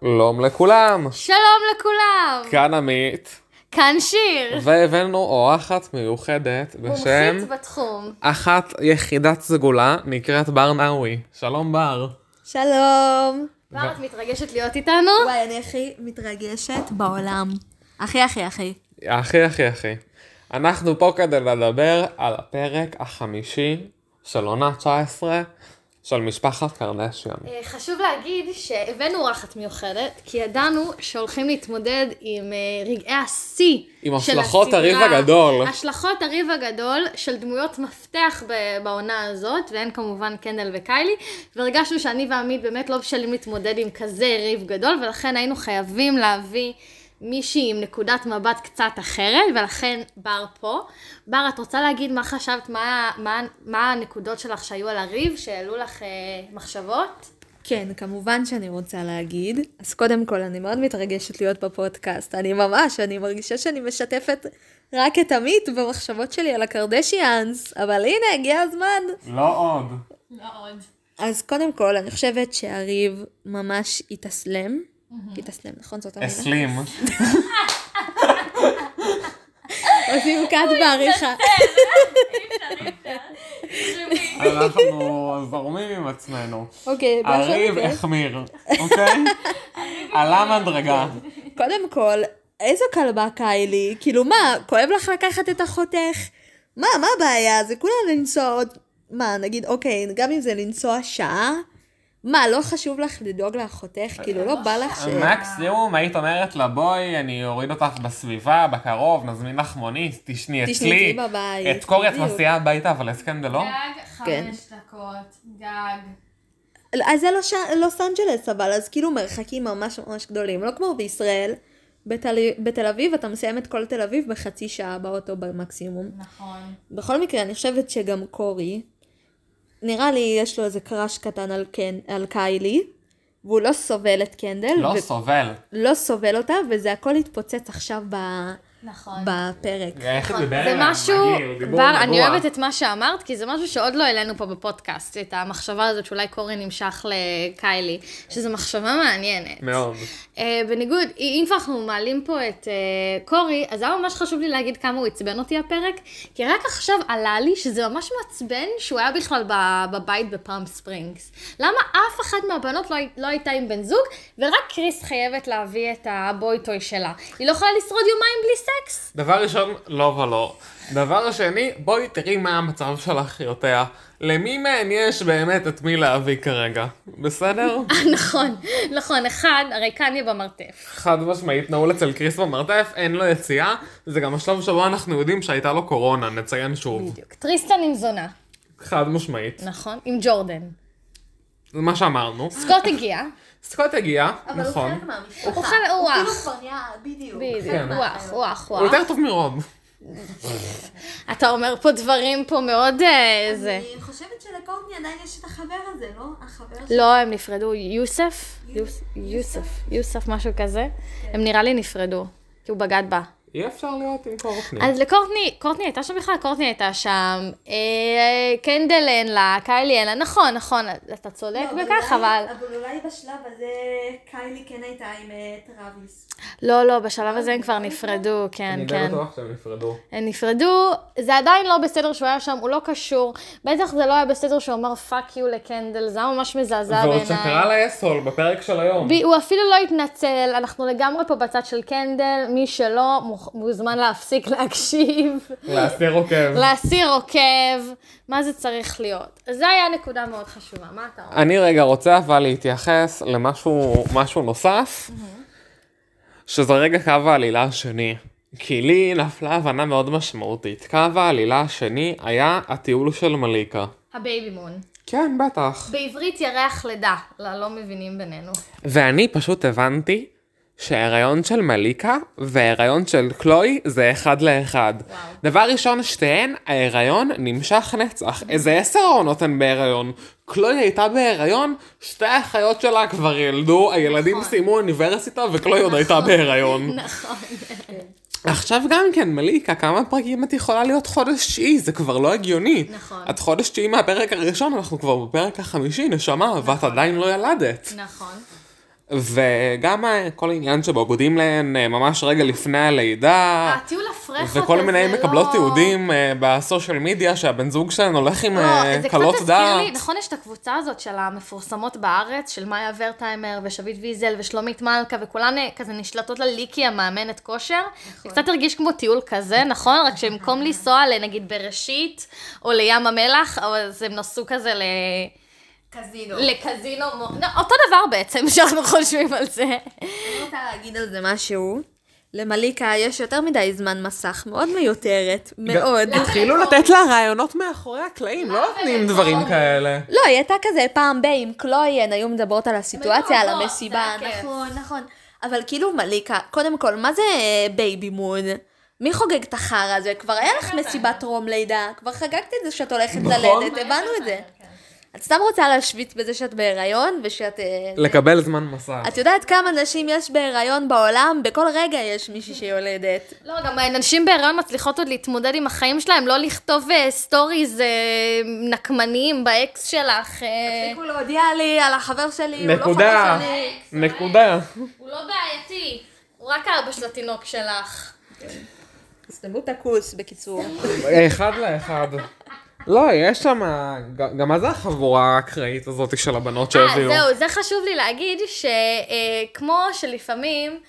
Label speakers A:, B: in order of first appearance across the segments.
A: שלום לכולם,
B: שלום לכולם!
A: כאן עמית,
B: כאן שיר!
A: והבאנו אורחת מיוחדת בשם
B: מומחית בתחום.
A: אחת יחידת סגולה נקראת בר נאווי. שלום בר.
C: שלום.
B: כבר את מתרגשת להיות איתנו?
C: לא, וואי, אני הכי מתרגשת בעולם. הכי הכי הכי.
A: הכי הכי הכי. אנחנו פה כדי לדבר על הפרק החמישי של עונה 19 של משפחת קרדשיון.
B: אה, חשוב להגיד שהבאנו אורחת מיוחדת, כי ידענו שהולכים להתמודד עם אה, רגעי השיא
A: עם
B: של
A: השלכות
B: הסדרה.
A: הריב הגדול.
B: השלכות הריב הגדול של דמויות מפתח ב- בעונה הזאת, והן כמובן קנדל וקיילי, והרגשנו שאני ועמית באמת לא בשלים להתמודד עם כזה ריב גדול, ולכן היינו חייבים להביא מישהי עם נקודת מבט קצת אחרת, ולכן בר פה. בר, את רוצה להגיד מה חשבת, מה, מה, מה הנקודות שלך שהיו על הריב, שהעלו לך אה, מחשבות?
C: כן, כמובן שאני רוצה להגיד. אז קודם כל, אני מאוד מתרגשת להיות בפודקאסט. אני ממש, אני מרגישה שאני משתפת רק את עמית במחשבות שלי על הקרדשיאנס, אבל הנה, הגיע הזמן.
A: לא עוד.
C: אז קודם כל, אני חושבת שהריב ממש התאסלם. התאסלם, נכון? זאת המילה.
A: אסלים.
C: עושים קאט בעריכה.
A: אנחנו זורמים עם עצמנו.
C: אוקיי, בכל
A: הריב
C: מקרה.
A: החמיר, אוקיי? עלה מדרגה.
C: קודם כל, איזו כלבה קיילי, כאילו מה, כואב לך לקחת את אחותך? מה, מה הבעיה? זה כולה לנסוע עוד... מה, נגיד, אוקיי, גם אם זה לנסוע שעה? מה, לא חשוב לך לדאוג לאחותך? כאילו, לא בא לך ש...
B: כן.
A: מקסימום היית אומרת לה בואי, אני אוריד אותך בסביבה, בקרוב, נזמין לך מונית, תשני
C: תשני
A: אצלי.
C: אצלי בבית,
A: את קורי את
C: בדיוק.
A: מסיעה הביתה, אבל הסכם זה לא.
D: גג
B: כן.
D: חמש דקות, גג.
C: אז זה לא ש- לוס אנג'לס, אבל אז כאילו מרחקים ממש ממש גדולים, לא כמו בישראל. בתל, בתל אביב אתה מסיים את כל תל אביב בחצי שעה באוטו במקסימום.
D: נכון.
C: בכל מקרה, אני חושבת שגם קורי, נראה לי יש לו איזה קראש קטן על, קן, על קיילי, והוא לא סובל את קנדל,
A: לא סובל.
C: לא סובל אותה, וזה הכל התפוצץ עכשיו ב...
D: נכון.
C: בפרק.
A: איך הוא דיבר
B: זה
A: אליה,
B: משהו,
A: מגעיל, דיבור
B: בר, אני
A: נגוע.
B: אוהבת את מה שאמרת, כי זה משהו שעוד לא העלינו פה בפודקאסט, את המחשבה הזאת שאולי קורי נמשך לקיילי, שזו מחשבה מעניינת.
A: מאוד.
B: אה, בניגוד, אם כבר אנחנו מעלים פה את אה, קורי, אז היה ממש חשוב לי להגיד כמה הוא עצבן אותי הפרק, כי רק עכשיו עלה לי שזה ממש מעצבן שהוא היה בכלל ב- בבית בפעם ספרינגס. למה אף אחת מהבנות לא, הי- לא הייתה עם בן זוג, ורק קריס חייבת להביא את הבוי טוי שלה. היא לא יכולה לשרוד יומיים בלי סקס.
A: דבר ראשון, לא ולא. דבר שני, בואי תראי מה המצב של אחיותיה. למי מהן יש באמת את מי להביא כרגע? בסדר?
B: נכון, נכון, אחד, הרי קניה במרתף.
A: חד משמעית נעול אצל קריס במרתף, אין לו יציאה. זה גם השלב שבו אנחנו יודעים שהייתה לו קורונה, נציין שוב.
B: בדיוק. טריסטן עם זונה, כן.
A: חד משמעית.
B: נכון? עם ג'ורדן.
A: זה מה שאמרנו.
B: סקוט הגיע,
A: סקוט הגיע, נכון. כן.
B: הוא חלק, הוא אח.
C: כאילו בדיוק.
B: בדיוק, הוא אח, הוא אח, הוא
A: הוא
B: אח.
A: יותר טוב מרוב.
B: אתה אומר פה דברים פה מאוד אה, זה.
C: חושבת שלקורטני עדיין יש את החבר הזה, לא? החבר
B: לא, הם נפרדו. יוסף? יוס- יוסף, יוסף, משהו כזה. הם נראה לי נפרדו, כי הוא בגד בה.
A: אי אפשר להיות עם קורפני.
B: אז כן, לקורטני, קורטני הייתה שם בכלל? קורטני הייתה שם. אה, קנדל אין לה, קיילי אין לה. נכון, נכון, אתה צודק
C: לא,
B: בכך, אבל...
C: אבל אולי בשלב הזה קיילי כן הייתה עם טראביס.
B: לא, לא, בשלב הזה הם כבר נפרדו, כן,
A: אני די
B: כן.
A: בטוח שהם נפרדו.
B: הם נפרדו, זה עדיין לא בסדר שהוא היה שם, הוא לא קשור. בטח זה לא היה בסדר שהוא אמר פאק יו לקנדל, זה היה ממש מזעזע
A: ועוד שקרא
B: בעיניי.
A: לה אסול בפרק של היום.
B: ב- הוא אפילו לא התנצל, אנחנו לגמרי פה בצד של קנדל, מי שלא מוכ- מוזמן להפסיק להקשיב,
A: להסיר עוקב.
B: להסיר עוקב, מה זה צריך להיות. אז זה היה נקודה מאוד חשובה, מה אתה אומר?
A: אני רגע רוצה אבל להתייחס למשהו משהו נוסף, שזה רגע קו העלילה השני. כי לי נפלה הבנה מאוד משמעותית. קו העלילה השני היה הטיול של מליקה.
B: הבייבי מון.
A: כן, בטח.
B: בעברית ירח לידה, לא לא מבינים בינינו.
A: ואני פשוט הבנתי שההיריון של מליקה וההיריון של קלוי זה אחד לאחד. וואו. דבר ראשון, שתיהן, ההיריון נמשך נצח. איזה עשר עונות הן בהיריון. קלוי הייתה בהיריון, שתי האחיות שלה כבר ילדו, הילדים סיימו אוניברסיטה וקלוי עוד הייתה בהיריון. נכון.
B: כן.
A: עכשיו גם כן, מליקה, כמה פרקים את יכולה להיות חודש תשיעי? זה כבר לא הגיוני.
B: נכון.
A: את חודש תשיעי מהפרק הראשון, אנחנו כבר בפרק החמישי, נשמה, ואת עדיין לא ילדת.
B: נכון.
A: וגם אה, כל העניין שבוגדים להן אה, ממש רגע לפני הלידה.
B: הטיול הפרחות הזה, לא...
A: וכל מיני מקבלות תיעודים אה, בסושיאל מדיה שהבן זוג שלהן הולך עם
B: לא,
A: אה,
B: זה קצת
A: קלות
B: הזכיר לי,
A: דעת.
B: נכון, יש את הקבוצה הזאת של המפורסמות בארץ, של מאיה ורטהיימר ושביט ויזל ושלומית מלכה, וכולן אה, כזה נשלטות לליקי המאמנת כושר.
C: נכון.
B: זה קצת הרגיש כמו טיול כזה, נכון? רק שבמקום
C: אה.
B: לנסוע לנגיד בראשית, או לים המלח, או- אז הם נסעו כזה ל...
C: קזינו.
B: לקזינו, מו- לא, אותו דבר בעצם, שאנחנו חושבים על זה.
C: אני רוצה להגיד על זה משהו. למליקה יש יותר מדי זמן מסך, מאוד מיותרת, מאוד.
A: התחילו לתת לה רעיונות מאחורי הקלעים,
B: אה,
A: לא נותנים דברים כאלה.
C: לא, היא הייתה כזה פעם ב... עם קלוי, הן היו מדברות על הסיטואציה, על
B: מדברות,
C: המסיבה.
B: זה הכיף.
C: נכון, נכון. אבל כאילו מליקה, קודם כל, מה זה אה, בייבי מון? מי חוגג את החרא הזה? כבר היה לך מסיבת טרום לידה, כבר חגגת את זה שאת הולכת ללדת, הבנו את זה. את סתם רוצה להשוויץ בזה שאת בהיריון ושאת... אה,
A: לקבל זמן מסע.
C: את יודעת כמה נשים יש בהיריון בעולם? בכל רגע יש מישהי שיולדת.
B: לא, גם נשים בהיריון מצליחות עוד להתמודד עם החיים שלהם, לא לכתוב אה, סטוריז אה, נקמניים באקס שלך. אה,
C: תפסיקו להודיע לי על החבר שלי, הוא לא
A: נקודה,
C: חבר שלי.
A: נקודה.
B: הוא לא בעייתי, הוא רק האבא של התינוק שלך.
C: תסתמו את הכוס, בקיצור.
A: אחד לאחד. לא, יש שם, גם מה זה החבורה האקראית הזאת של הבנות שהביאו?
B: אה, זהו, זה חשוב לי להגיד, שכמו שלפעמים,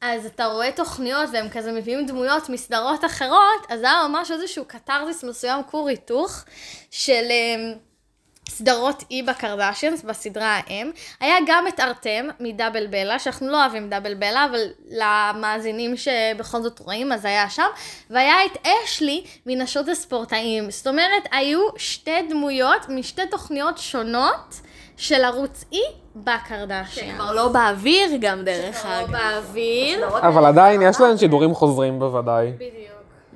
B: אז אתה רואה תוכניות והם כזה מביאים דמויות מסדרות אחרות, אז היה ממש איזשהו קתרזיס מסוים, כור היתוך, של... אה, סדרות אי בקרדשיאנס, בסדרה האם. היה גם את ארתם מדאבל בלה, שאנחנו לא אוהבים דאבל בלה, אבל למאזינים שבכל זאת רואים, אז היה שם. והיה את אשלי מנשות הספורטאים. זאת אומרת, היו שתי דמויות משתי תוכניות שונות של ערוץ אי בקרדשיאנס.
C: כבר לא באוויר גם, דרך אגב.
B: באוויר.
A: אבל עדיין יש להן שידורים חוזרים בוודאי.
B: בדיוק.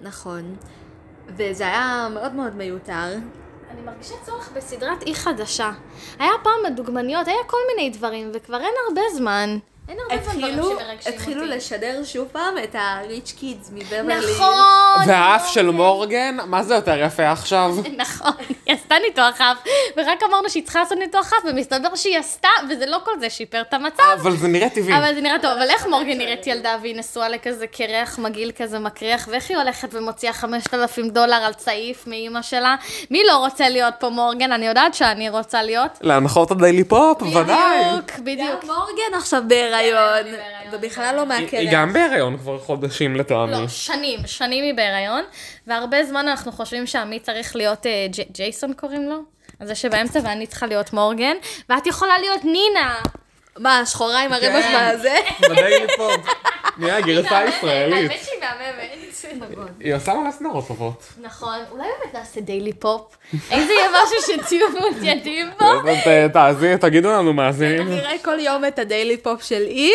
C: נכון. וזה היה מאוד מאוד מיותר.
B: אני מרגישה צורך בסדרת אי חדשה. היה פעם הדוגמניות, היה כל מיני דברים, וכבר אין הרבה זמן. אין הרבה זמן דברים
C: התחילו,
B: שמרגשים אותי.
C: התחילו לשדר שוב פעם את ה-rich kids מבברלי.
B: נכון.
A: והאף של מורגן, מה זה יותר יפה עכשיו?
B: נכון, היא עשתה ניתוח אף, ורק אמרנו שהיא צריכה לעשות ניתוח אף, ומסתבר שהיא עשתה, וזה לא כל זה שיפר את המצב.
A: אבל זה נראה טבעי.
B: אבל זה נראה טוב, אבל איך מורגן נראית ילדה והיא נשואה לכזה קרח מגעיל כזה מקריח, ואיך היא הולכת ומוציאה 5,000 דולר על צעיף מאימא שלה? מי לא רוצה להיות פה מורגן? אני יודעת שאני רוצה להיות.
A: להנחות הדיילי פופ, ודאי.
B: בדיוק, אה, בדיוק.
C: גם מורגן עכשיו בהיריון, ובכלל לא
A: היא- היא
C: מהכלא.
A: גם בהיריון כבר חודשים לטעמי.
B: לא, שנים, שנים היא בהיריון, והרבה זמן אנחנו חושבים שעמית צריך להיות אה, ג'- ג'ייסון קוראים לו, אז זה שבאמצע ואני צריכה להיות מורגן, ואת יכולה להיות נינה.
C: מה, השחורה עם הרווח
A: כן.
C: והזה?
A: בדיילי פופ. נהיה הגרסה הישראלית.
B: האמת שהיא מהממת.
A: היא עושה מלא סדרות טובות.
B: נכון, אולי באמת נעשה דיילי פופ. האם זה יהיה משהו שתהיו מעוניינים בו?
A: כן. ת- אה, תעזי, תגידו לנו מאזינים.
C: נראה כל יום את הדיילי פופ של אי,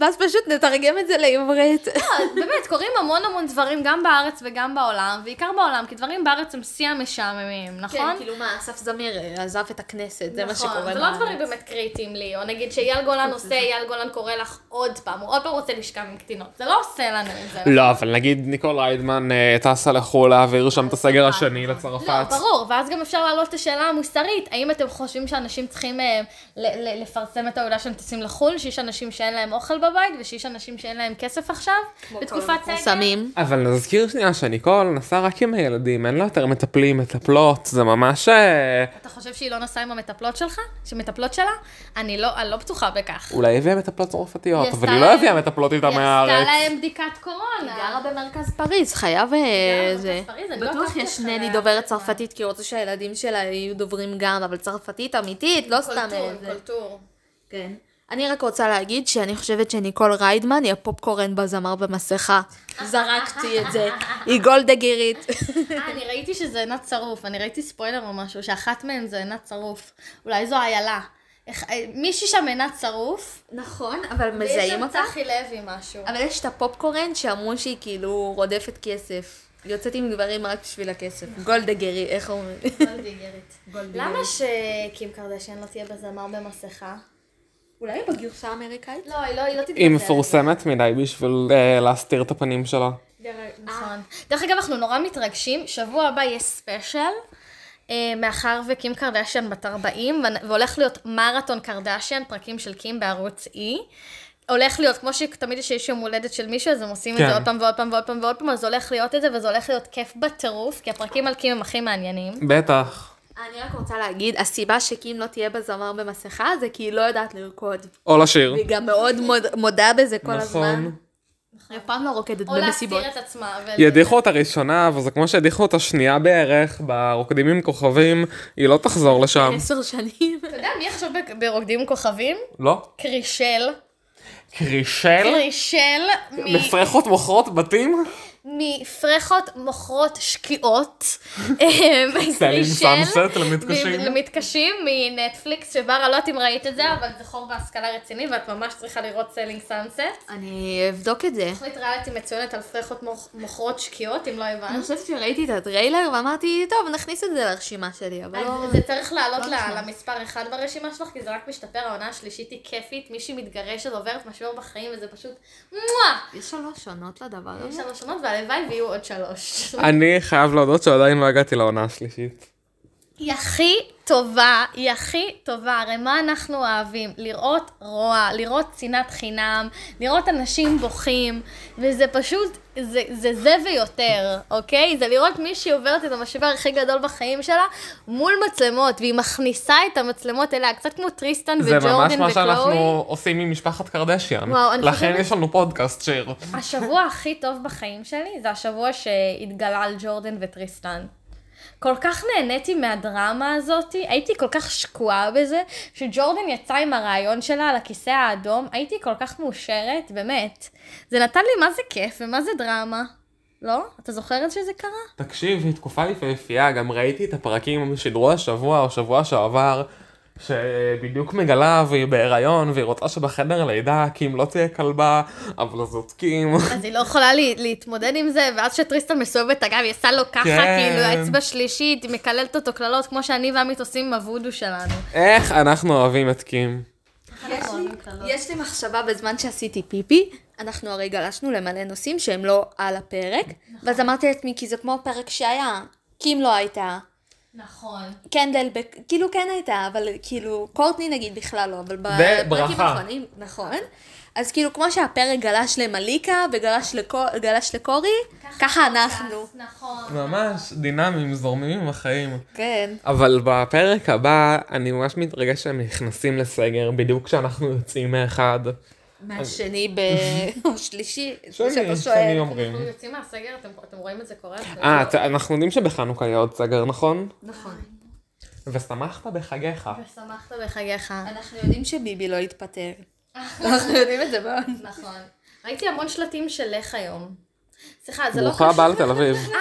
C: ואז פשוט נתרגם את זה לעברית.
B: באמת, קורים המון המון דברים גם בארץ וגם בעולם, בעיקר בעולם, כי דברים בארץ הם שיא המשעממים, נכון?
C: כאילו מה, אסף זמיר אה, עזב את הכנסת, זה
B: נכון, זה לא דברים באמת קריטיים לי, או נגיד שאייל גולן עושה, אייל גולן קורא לך עוד פעם, הוא עוד פעם רוצה לשכב עם קטינות, זה לא עושה לנו את זה.
A: לא, אבל נגיד ניקול ריידמן אה, טסה לחו"ל להעביר שם את הסגר השני
B: לא,
A: לצרפת.
B: ברור, ואז גם אפשר להעלות את השאלה המוסרית, האם אתם חושבים שאנשים צריכים אה, ל- ל- לפרסם את העובדה שהם טסים לחו"ל, שיש אנשים שאין להם אוכל בבית, ושיש אנשים שאין להם כסף עכשיו, בתקופת סגר?
C: סמים.
A: אבל נזכיר שנייה שניקול נסעה רק עם הילדים, אין לה יותר מטפלים, מטפלות, זה ממש... אה,
B: אתה חושב שהיא לא נסעה עם המטפלות שלך? שמטפלות שלה? אני לא, אני לא בטוחה בכך.
A: אולי הביאה מטפלות צרפתיות,
B: היא
A: אבל
B: עשתה
A: היא לא
B: להם-
A: הביאה מטפלות איתה
B: היא עשתה
A: מהארץ.
B: להם בדיקת קורונה.
C: גרה במרכז פריז, חייב אה, איזה...
B: פריז, אני לא
C: בטוח
B: עקבתי
C: יש
B: אחריה.
C: נני דוברת צרפתית, כי היא רוצה שהילדים שלה יהיו דוברים גם, אבל צרפתית אמיתית, לא סתם איזה...
B: קולטור.
C: כן. אני רק רוצה להגיד שאני חושבת שניקול ריידמן היא הפופקורן בזמר במסכה. זרקתי את זה. היא גולדגירית.
B: אה, אני ראיתי שזה עינת שרוף, אני ראיתי ספוילר או משהו, שאחת מהן זה עינת שרוף. אולי זו איילה. איך- אה, מישהי שם עינת שרוף,
C: נכון, אבל
B: ויש שם צחי לוי משהו.
C: אבל יש את הפופקורן שאמרו שהיא כאילו רודפת כסף. יוצאת עם גברים רק בשביל הכסף. גולדגרי, איך אומרים?
B: גולדיגרית. למה שקים קרדשן לא תהיה בזמר במסכה?
C: אולי בגרסה האמריקאית?
B: לא, היא לא היא לא תתגזל.
A: היא מפורסמת מדי בשביל אה, להסתיר את הפנים שלה.
B: נכון. דרך אגב, אנחנו נורא מתרגשים, שבוע הבא יש ספיישל. אה, מאחר וקים קרדשן בת 40, ו- והולך להיות מרתון קרדשן, פרקים של קים בערוץ E. הולך להיות, כמו שתמיד יש איש יום הולדת של מישהו, אז הם עושים את
A: כן.
B: זה עוד פעם ועוד פעם ועוד פעם ועוד פעם, אז הולך להיות את זה, וזה הולך להיות כיף בטירוף, כי הפרקים על קים הם הכי מעניינים.
A: בטח.
C: אני רק רוצה להגיד, הסיבה שקים לא תהיה בזמר במסכה זה כי היא לא יודעת לרקוד.
A: או לשיר.
C: היא גם מאוד מוד- מודה בזה כל הזמן.
A: נכון.
C: היא אף פעם לא רוקדת
B: או
C: במסיבות.
B: להסתיר את עצמה. ול-
A: היא הדיחו אותה ראשונה, וזה כמו שהדיחו אותה שנייה בערך, ברוקדים עם כוכבים, היא לא תחזור לשם.
C: עשר שנים.
B: אתה יודע מי עכשיו ב- ברוקדים עם כוכבים?
A: לא.
B: קרישל.
A: קרישל?
B: קרישל מ-
A: מפרחות מוכרות בתים?
B: מפרחות מוכרות שקיעות. אמ,
A: סלים
B: קרישל.
A: סאנסט למתקשים.
B: ב- למתקשים מנטפליקס, שבר, אני לא יודעת אם ראית את זה, אבל זה חור בהשכלה רציני, ואת ממש צריכה לראות סלינג סאנסט.
C: אני אבדוק את זה.
B: תוכנית ריאליטי מצוינת על פרחות מוכ- מוכרות שקיעות, אם לא
C: אני
B: הבנת.
C: חושבת שראיתי את הטריילר ואמרתי, טוב, נכניס את זה לרשימה שלי, אבל לא...
B: אז זה צריך לעלות
C: לא
B: ל-
C: נשמע.
B: למספר אחד ברשימה שלך, כי זה רק משתפר, העונה השלישית היא כיפית, מישהי מתגרשת, עוברת משבר בחיים, וזה פשוט מואה!
C: יש שלוש שונות לדבר
B: יש
C: הזה.
B: שלוש עונות, והלוואי ויהיו עוד
A: אה,
B: שלוש.
A: אני חייב להודות שעדיין לא הגעתי לעונה השלישית.
B: היא הכי טובה, היא הכי טובה, הרי מה אנחנו אוהבים? לראות רוע, לראות שנאת חינם, לראות אנשים בוכים, וזה פשוט, זה זה, זה ויותר, אוקיי? זה לראות מישהי עוברת את המשבר הכי גדול בחיים שלה מול מצלמות, והיא מכניסה את המצלמות אליה, קצת כמו טריסטן
A: זה
B: וג'ורדן וקלואי.
A: ממש מה שאנחנו עושים עם משפחת קרדשיאן.
B: וואו, אני
A: לכן
B: חושבת-
A: יש לנו פודקאסט שיר.
B: השבוע הכי טוב בחיים שלי זה השבוע שהתגלה על ג'ורדן וטריסטן. כל כך נהניתי מהדרמה הזאת, הייתי כל כך שקועה בזה, שג'ורדן יצא עם הרעיון שלה על הכיסא האדום, הייתי כל כך מאושרת, באמת. זה נתן לי מה זה כיף ומה זה דרמה. לא? אתה זוכרת שזה קרה?
A: תקשיב, היא תקופה יפהפייה, גם ראיתי את הפרקים ששידרו השבוע או שבוע שעבר, שבדיוק מגלה והיא בהיריון, והיא רוצה שבחדר לידה, כי אם לא תהיה כלבה, אבל זאת קים.
B: אז היא לא יכולה לי, להתמודד עם זה, ואז שטריסטן מסובב את הגב, היא עשה לו ככה,
A: כן.
B: כאילו, אצבע שלישית, היא מקללת אותו קללות, כמו שאני ועמית עושים עם הוודו שלנו.
A: איך אנחנו אוהבים את קים.
C: נכון, יש לי מחשבה בזמן שעשיתי פיפי, אנחנו הרי גלשנו למלא נושאים שהם לא על הפרק, ואז אמרתי לעצמי, כי זה כמו הפרק שהיה, קים לא הייתה,
E: נכון.
C: קנדל, בק- כאילו כן הייתה, אבל כאילו, קורטני נגיד בכלל לא, אבל
A: וברכה.
C: בפרקים האחרונים, נכון. אז כאילו, כמו שהפרק גלש למליקה וגלש לקו- גלש לקורי, ככה אנחנו.
E: נכון.
A: ממש דינאמיים, זורמים עם החיים.
C: כן.
A: אבל בפרק הבא, אני ממש מתרגש שהם נכנסים לסגר, בדיוק כשאנחנו יוצאים מאחד.
C: מהשני ב... או שלישי, זה
A: שני,
C: שאתה
A: שני
C: שואל.
A: אומרים.
B: אנחנו יוצאים מהסגר, אתם, אתם רואים את זה קורה?
A: אה, אתה- אנחנו יודעים שבחנוכה יהיה עוד סגר, נכון? נכון. ושמחת בחגיך.
B: ושמחת בחגיך.
C: אנחנו יודעים שביבי לא יתפטר. אנחנו יודעים את זה מאוד.
B: נכון. ראיתי המון שלטים של לך היום. סליחה, זה לא
A: ברוכה הבאה לתל אביב.
B: אה,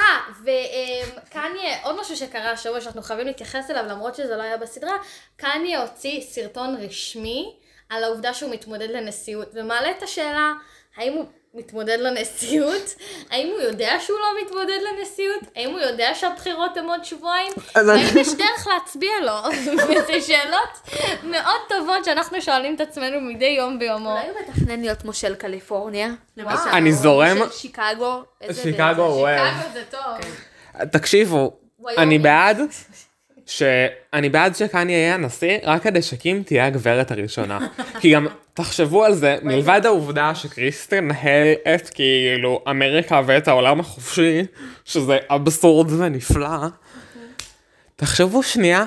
B: וקניה, עוד משהו שקרה השבוע שאנחנו חייבים להתייחס אליו, למרות שזה לא היה בסדרה, קניה הוציא סרטון רשמי על העובדה שהוא מתמודד לנשיאות, ומעלה את השאלה, האם הוא מתמודד לנשיאות? האם הוא יודע שהוא לא מתמודד לנשיאות? האם הוא יודע שהבחירות הן עוד שבועיים? האם יש דרך להצביע לו? וזה שאלות מאוד טובות שאנחנו שואלים את עצמנו מדי יום ביומו.
C: אולי הוא מתכנן להיות מושל קליפורניה?
B: אה,
C: למשל.
B: לא
A: אני זורם.
C: של שיקגו. איזה-
A: שיקגו, הוא אוהב.
B: זה טוב.
A: תקשיבו,
B: ויומי.
A: אני בעד ש... אני בעד שקניה יהיה הנשיא, רק כדי שקים תהיה הגברת הראשונה. כי גם, תחשבו על זה, מלבד
B: לא.
A: העובדה שכריס תנהל את כאילו אמריקה ואת העולם החופשי, שזה אבסורד ונפלא,
B: אוקיי.
A: תחשבו שנייה,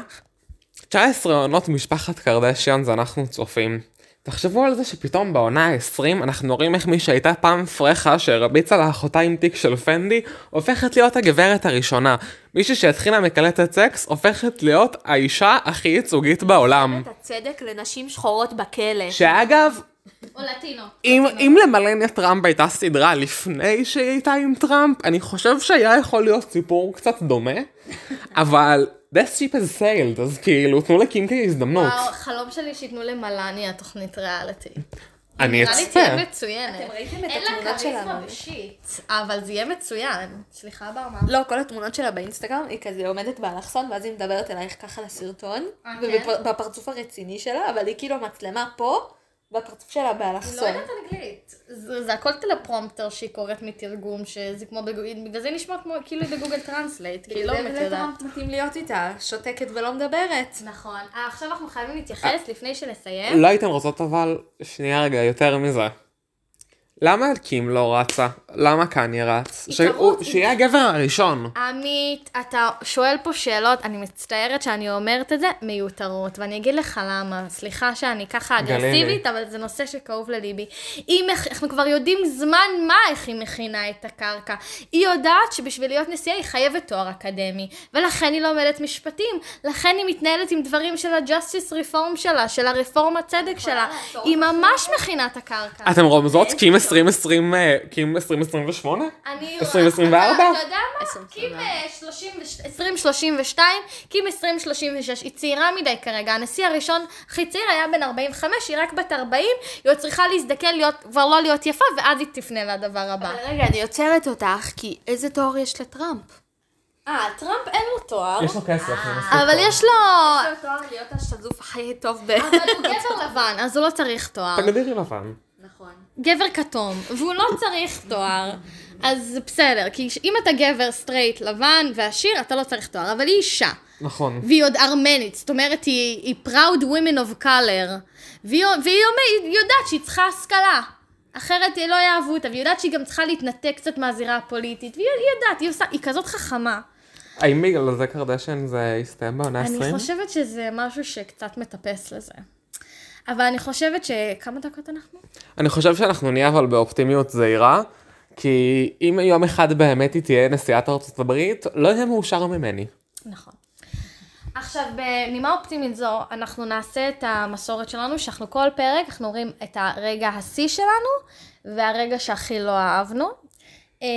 A: 19 עונות משפחת קרדשיאן זה אנחנו צופים. תחשבו על זה שפתאום בעונה ה-20 אנחנו רואים איך מי שהייתה פעם פרחה שהרביצה לאחותה עם תיק של פנדי הופכת להיות הגברת הראשונה. מישהי שהתחילה מקלטת סקס הופכת להיות האישה הכי ייצוגית בעולם.
C: את הצדק לנשים שחורות בכלא.
A: שאגב,
B: או לטינו.
A: אם, אם למלניה טראמפ הייתה סדרה לפני שהיא הייתה עם טראמפ, אני חושב שהיה יכול להיות סיפור קצת דומה, אבל that's cheap as sailed, אז כאילו תנו לקינקי הזדמנות.
B: וואו, חלום אה, שלי שייתנו למלניה תוכנית ריאליטי.
A: אני
B: נראה לי
A: אצפה.
B: תהיה מצוינת. אתם
C: ראיתם את
B: אין לה
C: התמונות
B: כריזמה
C: שלנו.
B: אישית, אבל זה יהיה מצוין. סליחה ברמה.
C: לא, כל התמונות שלה באינסטגרם, היא כזה עומדת באלכסון, ואז היא מדברת אלייך ככה לסרטון,
B: אה,
C: אוקיי. ובפרצוף הרציני שלה, אבל היא כאילו מצלמה פה, והפרצוף שלה
B: היא לא
C: באלכסון.
B: יודעת אנגלית. זה זה זה הכל טלפרומפטר שהיא קוראת מתרגום, שזה כמו, בגו- בגלל זה נשמע כמו, כאילו היא בגוגל טרנסלייט, כי היא לא באמת יודעת.
C: טראמפ מתאים להיות איתה, שותקת ולא מדברת.
B: נכון. אה, עכשיו אנחנו חייבים להתייחס לפני שנסיים.
A: לא הייתן רוצות אבל, שנייה רגע, יותר מזה. למה קים לא רצה? למה קניה רץ? שהוא-
B: תרוץ.
A: שיהיה הגבר הראשון.
B: עמית, אתה שואל פה שאלות, אני מצטערת שאני אומרת את זה, מיותרות, ואני אגיד לך למה. סליחה שאני ככה
A: גלי לי.
B: אגרסיבית, אבל זה נושא שכאוב לליבי. היא, מכ- אנחנו כבר יודעים זמן מה איך היא מכינה את הקרקע. היא יודעת שבשביל להיות נשיאה היא חייבת תואר אקדמי, ולכן היא לומדת משפטים, לכן היא מתנהלת עם דברים של ה-justice reform שלה, של הרפורמה צדק שלה. היא ממש מכינה את הקרקע.
A: אתם רומזות קים 2020, אה, קים 2028?
B: אני...
A: 2024?
B: אתה- אתה יודע מה?
C: 2024.
B: קים אה, 30 וש- 2032, קים 2036. היא צעירה מדי כרגע. הנשיא הראשון הכי צעיר היה בן 45, היא רק בת 40, היא עוד צריכה להזדקן, להיות- כבר לא להיות יפה, ואז היא תפנה לדבר הבא.
C: רגע, אני עוצרת אותך, כי איזה תואר יש לטראמפ? אה, טראמפ אין לו תואר.
A: יש לו כסף. זה מספיק
B: אבל
A: טוב.
B: יש לו...
C: יש לו תואר להיות השזוף הכי טוב ב...
B: אבל הוא גבר לבן, אז הוא לא צריך תואר.
A: תגדירי לבן.
C: נכון.
B: גבר כתום, והוא לא צריך תואר. אז זה בסדר, כי אם אתה גבר סטרייט, לבן ועשיר, אתה לא צריך תואר, אבל היא אישה.
A: נכון.
B: והיא עוד ארמנית, זאת אומרת היא, היא proud women of color. והיא, והיא אומר, היא יודעת שהיא צריכה השכלה. אחרת היא לא יאהבו אותה, והיא יודעת שהיא גם צריכה להתנתק קצת מהזירה הפוליטית. והיא היא יודעת, היא עושה, היא כזאת חכמה.
A: האם בגלל זה קרדשן זה יסתיים בעונה 20?
B: אני חושבת שזה משהו שקצת מטפס לזה. אבל אני חושבת ש... כמה דקות אנחנו?
A: אני חושב שאנחנו נהיה אבל באופטימיות זהירה, כי אם יום אחד באמת היא תהיה נשיאת ארצות הברית, לא יהיה מאושר ממני.
B: נכון. עכשיו, בנימה אופטימית זו, אנחנו נעשה את המסורת שלנו, שאנחנו כל פרק, אנחנו אומרים את הרגע השיא שלנו, והרגע שהכי לא אהבנו. אה,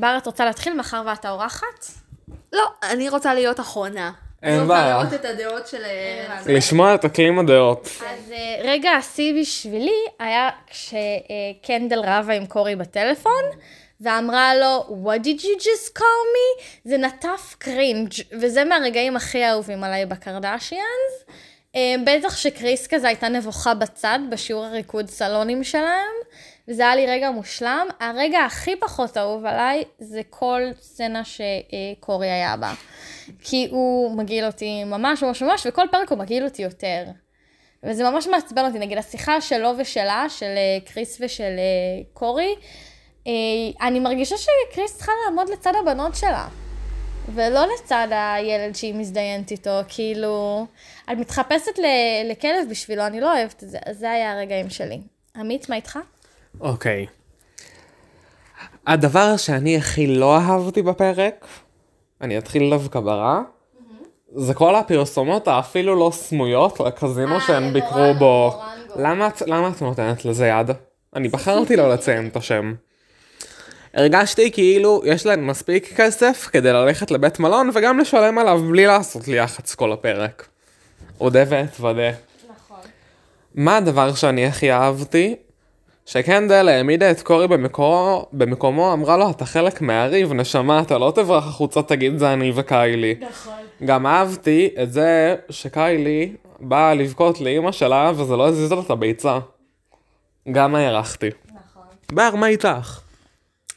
B: בר, את רוצה להתחיל מאחר ואת האורחת?
C: לא, אני רוצה להיות אחרונה.
A: אין בעיה.
C: אני רוצה לראות את הדעות של...
A: לשמוע את אקלים הדעות.
B: אז אה, רגע השיא בשבילי היה כשקנדל רבה עם קורי בטלפון, ואמרה לו, what did you just call me? זה נטף קרינג', וזה מהרגעים הכי אהובים עליי בקרדשיאנס. אה, בטח שקריס כזה הייתה נבוכה בצד, בשיעור הריקוד סלונים שלהם, וזה היה לי רגע מושלם. הרגע הכי פחות אהוב עליי זה כל סצנה שקורי היה בה. כי הוא מגעיל אותי ממש ממש ממש, וכל פרק הוא מגעיל אותי יותר. וזה ממש מעצבן אותי, נגיד השיחה שלו ושלה, של אה, קריס ושל אה, קורי, אה, אני מרגישה שקריס צריכה לעמוד לצד הבנות שלה, ולא לצד הילד שהיא מזדיינת איתו, כאילו, את מתחפשת ל- לכלב בשבילו, אני לא אוהבת את זה, אז זה היה הרגעים שלי. עמית, מה איתך?
A: אוקיי. הדבר שאני הכי לא אהבתי בפרק, אני אתחיל דווקא ברע, זה כל הפרסומות האפילו לא סמויות לקזינו שהם ביקרו בו. למה את- למה את נותנת לזה יד? אני בחרתי לא לציין את השם. הרגשתי כאילו יש להן מספיק כסף כדי ללכת לבית מלון וגם לשלם עליו בלי לעשות לי יח"צ כל הפרק. אודה ואתוודה. מה הדבר שאני הכי אהבתי? שקנדל העמידה את קורי במקומו, במקומו, אמרה לו, אתה חלק מהריב, נשמה, אתה לא תברח החוצה, תגיד זה אני וקיילי. נכון. גם אהבתי את זה שקיילי באה לבכות לאימא שלה, וזה לא הזיז לה את הביצה. גם הערכתי. נכון. בר, מה איתך?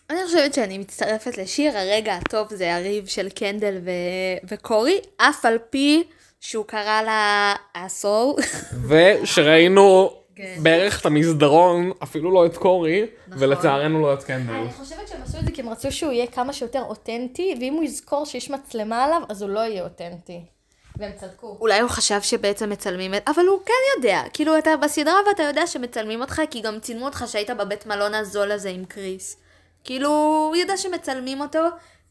C: אני חושבת שאני מצטרפת לשיר, הרגע הטוב זה הריב של קנדל ו- וקורי, אף על פי שהוא קרא לה אסור.
A: ושראינו בערך את המסדרון, אפילו לא את קורי, ולצערנו לא את קנדל.
B: אני חושבת שהם עשו את זה כי הם רצו שהוא יהיה כמה שיותר אותנטי, ואם הוא יזכור שיש מצלמה עליו, אז הוא לא יהיה אותנטי. והם צדקו.
C: אולי הוא חשב שבעצם מצלמים את... אבל הוא כן יודע. כאילו, אתה בסדרה ואתה יודע שמצלמים אותך, כי גם צילמו אותך שהיית בבית מלון הזול הזה עם קריס. כאילו, הוא ידע שמצלמים אותו,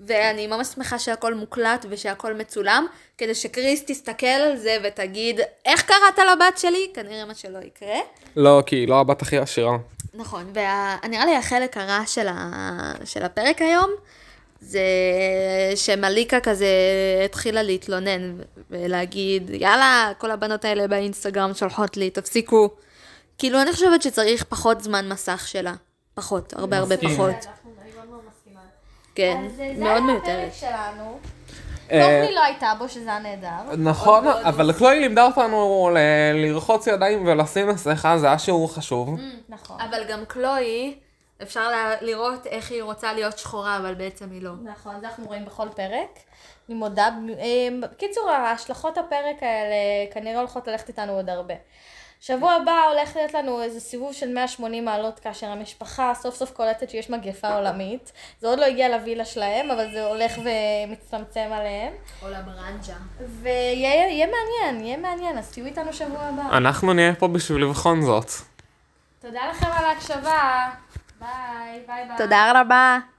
C: ואני ממש שמחה שהכל מוקלט ושהכל מצולם, כדי שקריס תסתכל על זה ותגיד, איך קראת לבת שלי? כנראה מה שלא יקרה.
A: לא, כי היא לא הבת הכי עשירה.
C: נכון, ונראה לי החלק הרע של, ה... של הפרק היום, זה שמליקה כזה התחילה להתלונן ו- ולהגיד, יאללה, כל הבנות האלה באינסטגרם שולחות לי, תפסיקו. כאילו, אני חושבת שצריך פחות זמן מסך שלה. פחות, הרבה הרבה פחות. כן, מאוד מיותרת.
B: אה, זה היה הפרק שלנו.
A: אה,
B: קופני לא הייתה בו, שזה היה נהדר.
A: נכון, אבל קלוי לימדה אותנו ל- לרחוץ ידיים ולשים מסכה, זה היה שיעור חשוב.
B: נכון.
C: אבל גם קלוי,
F: אפשר לה- לראות איך היא רוצה להיות שחורה, אבל בעצם היא לא.
B: נכון, זה אנחנו רואים בכל פרק. אני מודה, אה, בקיצור, ההשלכות הפרק האלה כנראה הולכות ללכת איתנו עוד הרבה. שבוע הבא הולך להיות לנו איזה סיבוב של 180 מעלות כאשר המשפחה סוף סוף קולטת שיש מגפה עולמית. זה עוד לא הגיע לווילה שלהם, אבל זה הולך ומצטמצם עליהם.
F: או לברנג'ה.
B: ויהיה יהיה מעניין, יהיה מעניין, אז תהיו איתנו שבוע הבא.
A: אנחנו נהיה פה בשביל לבחון זאת.
B: תודה לכם על ההקשבה. ביי, ביי ביי.
F: תודה רבה.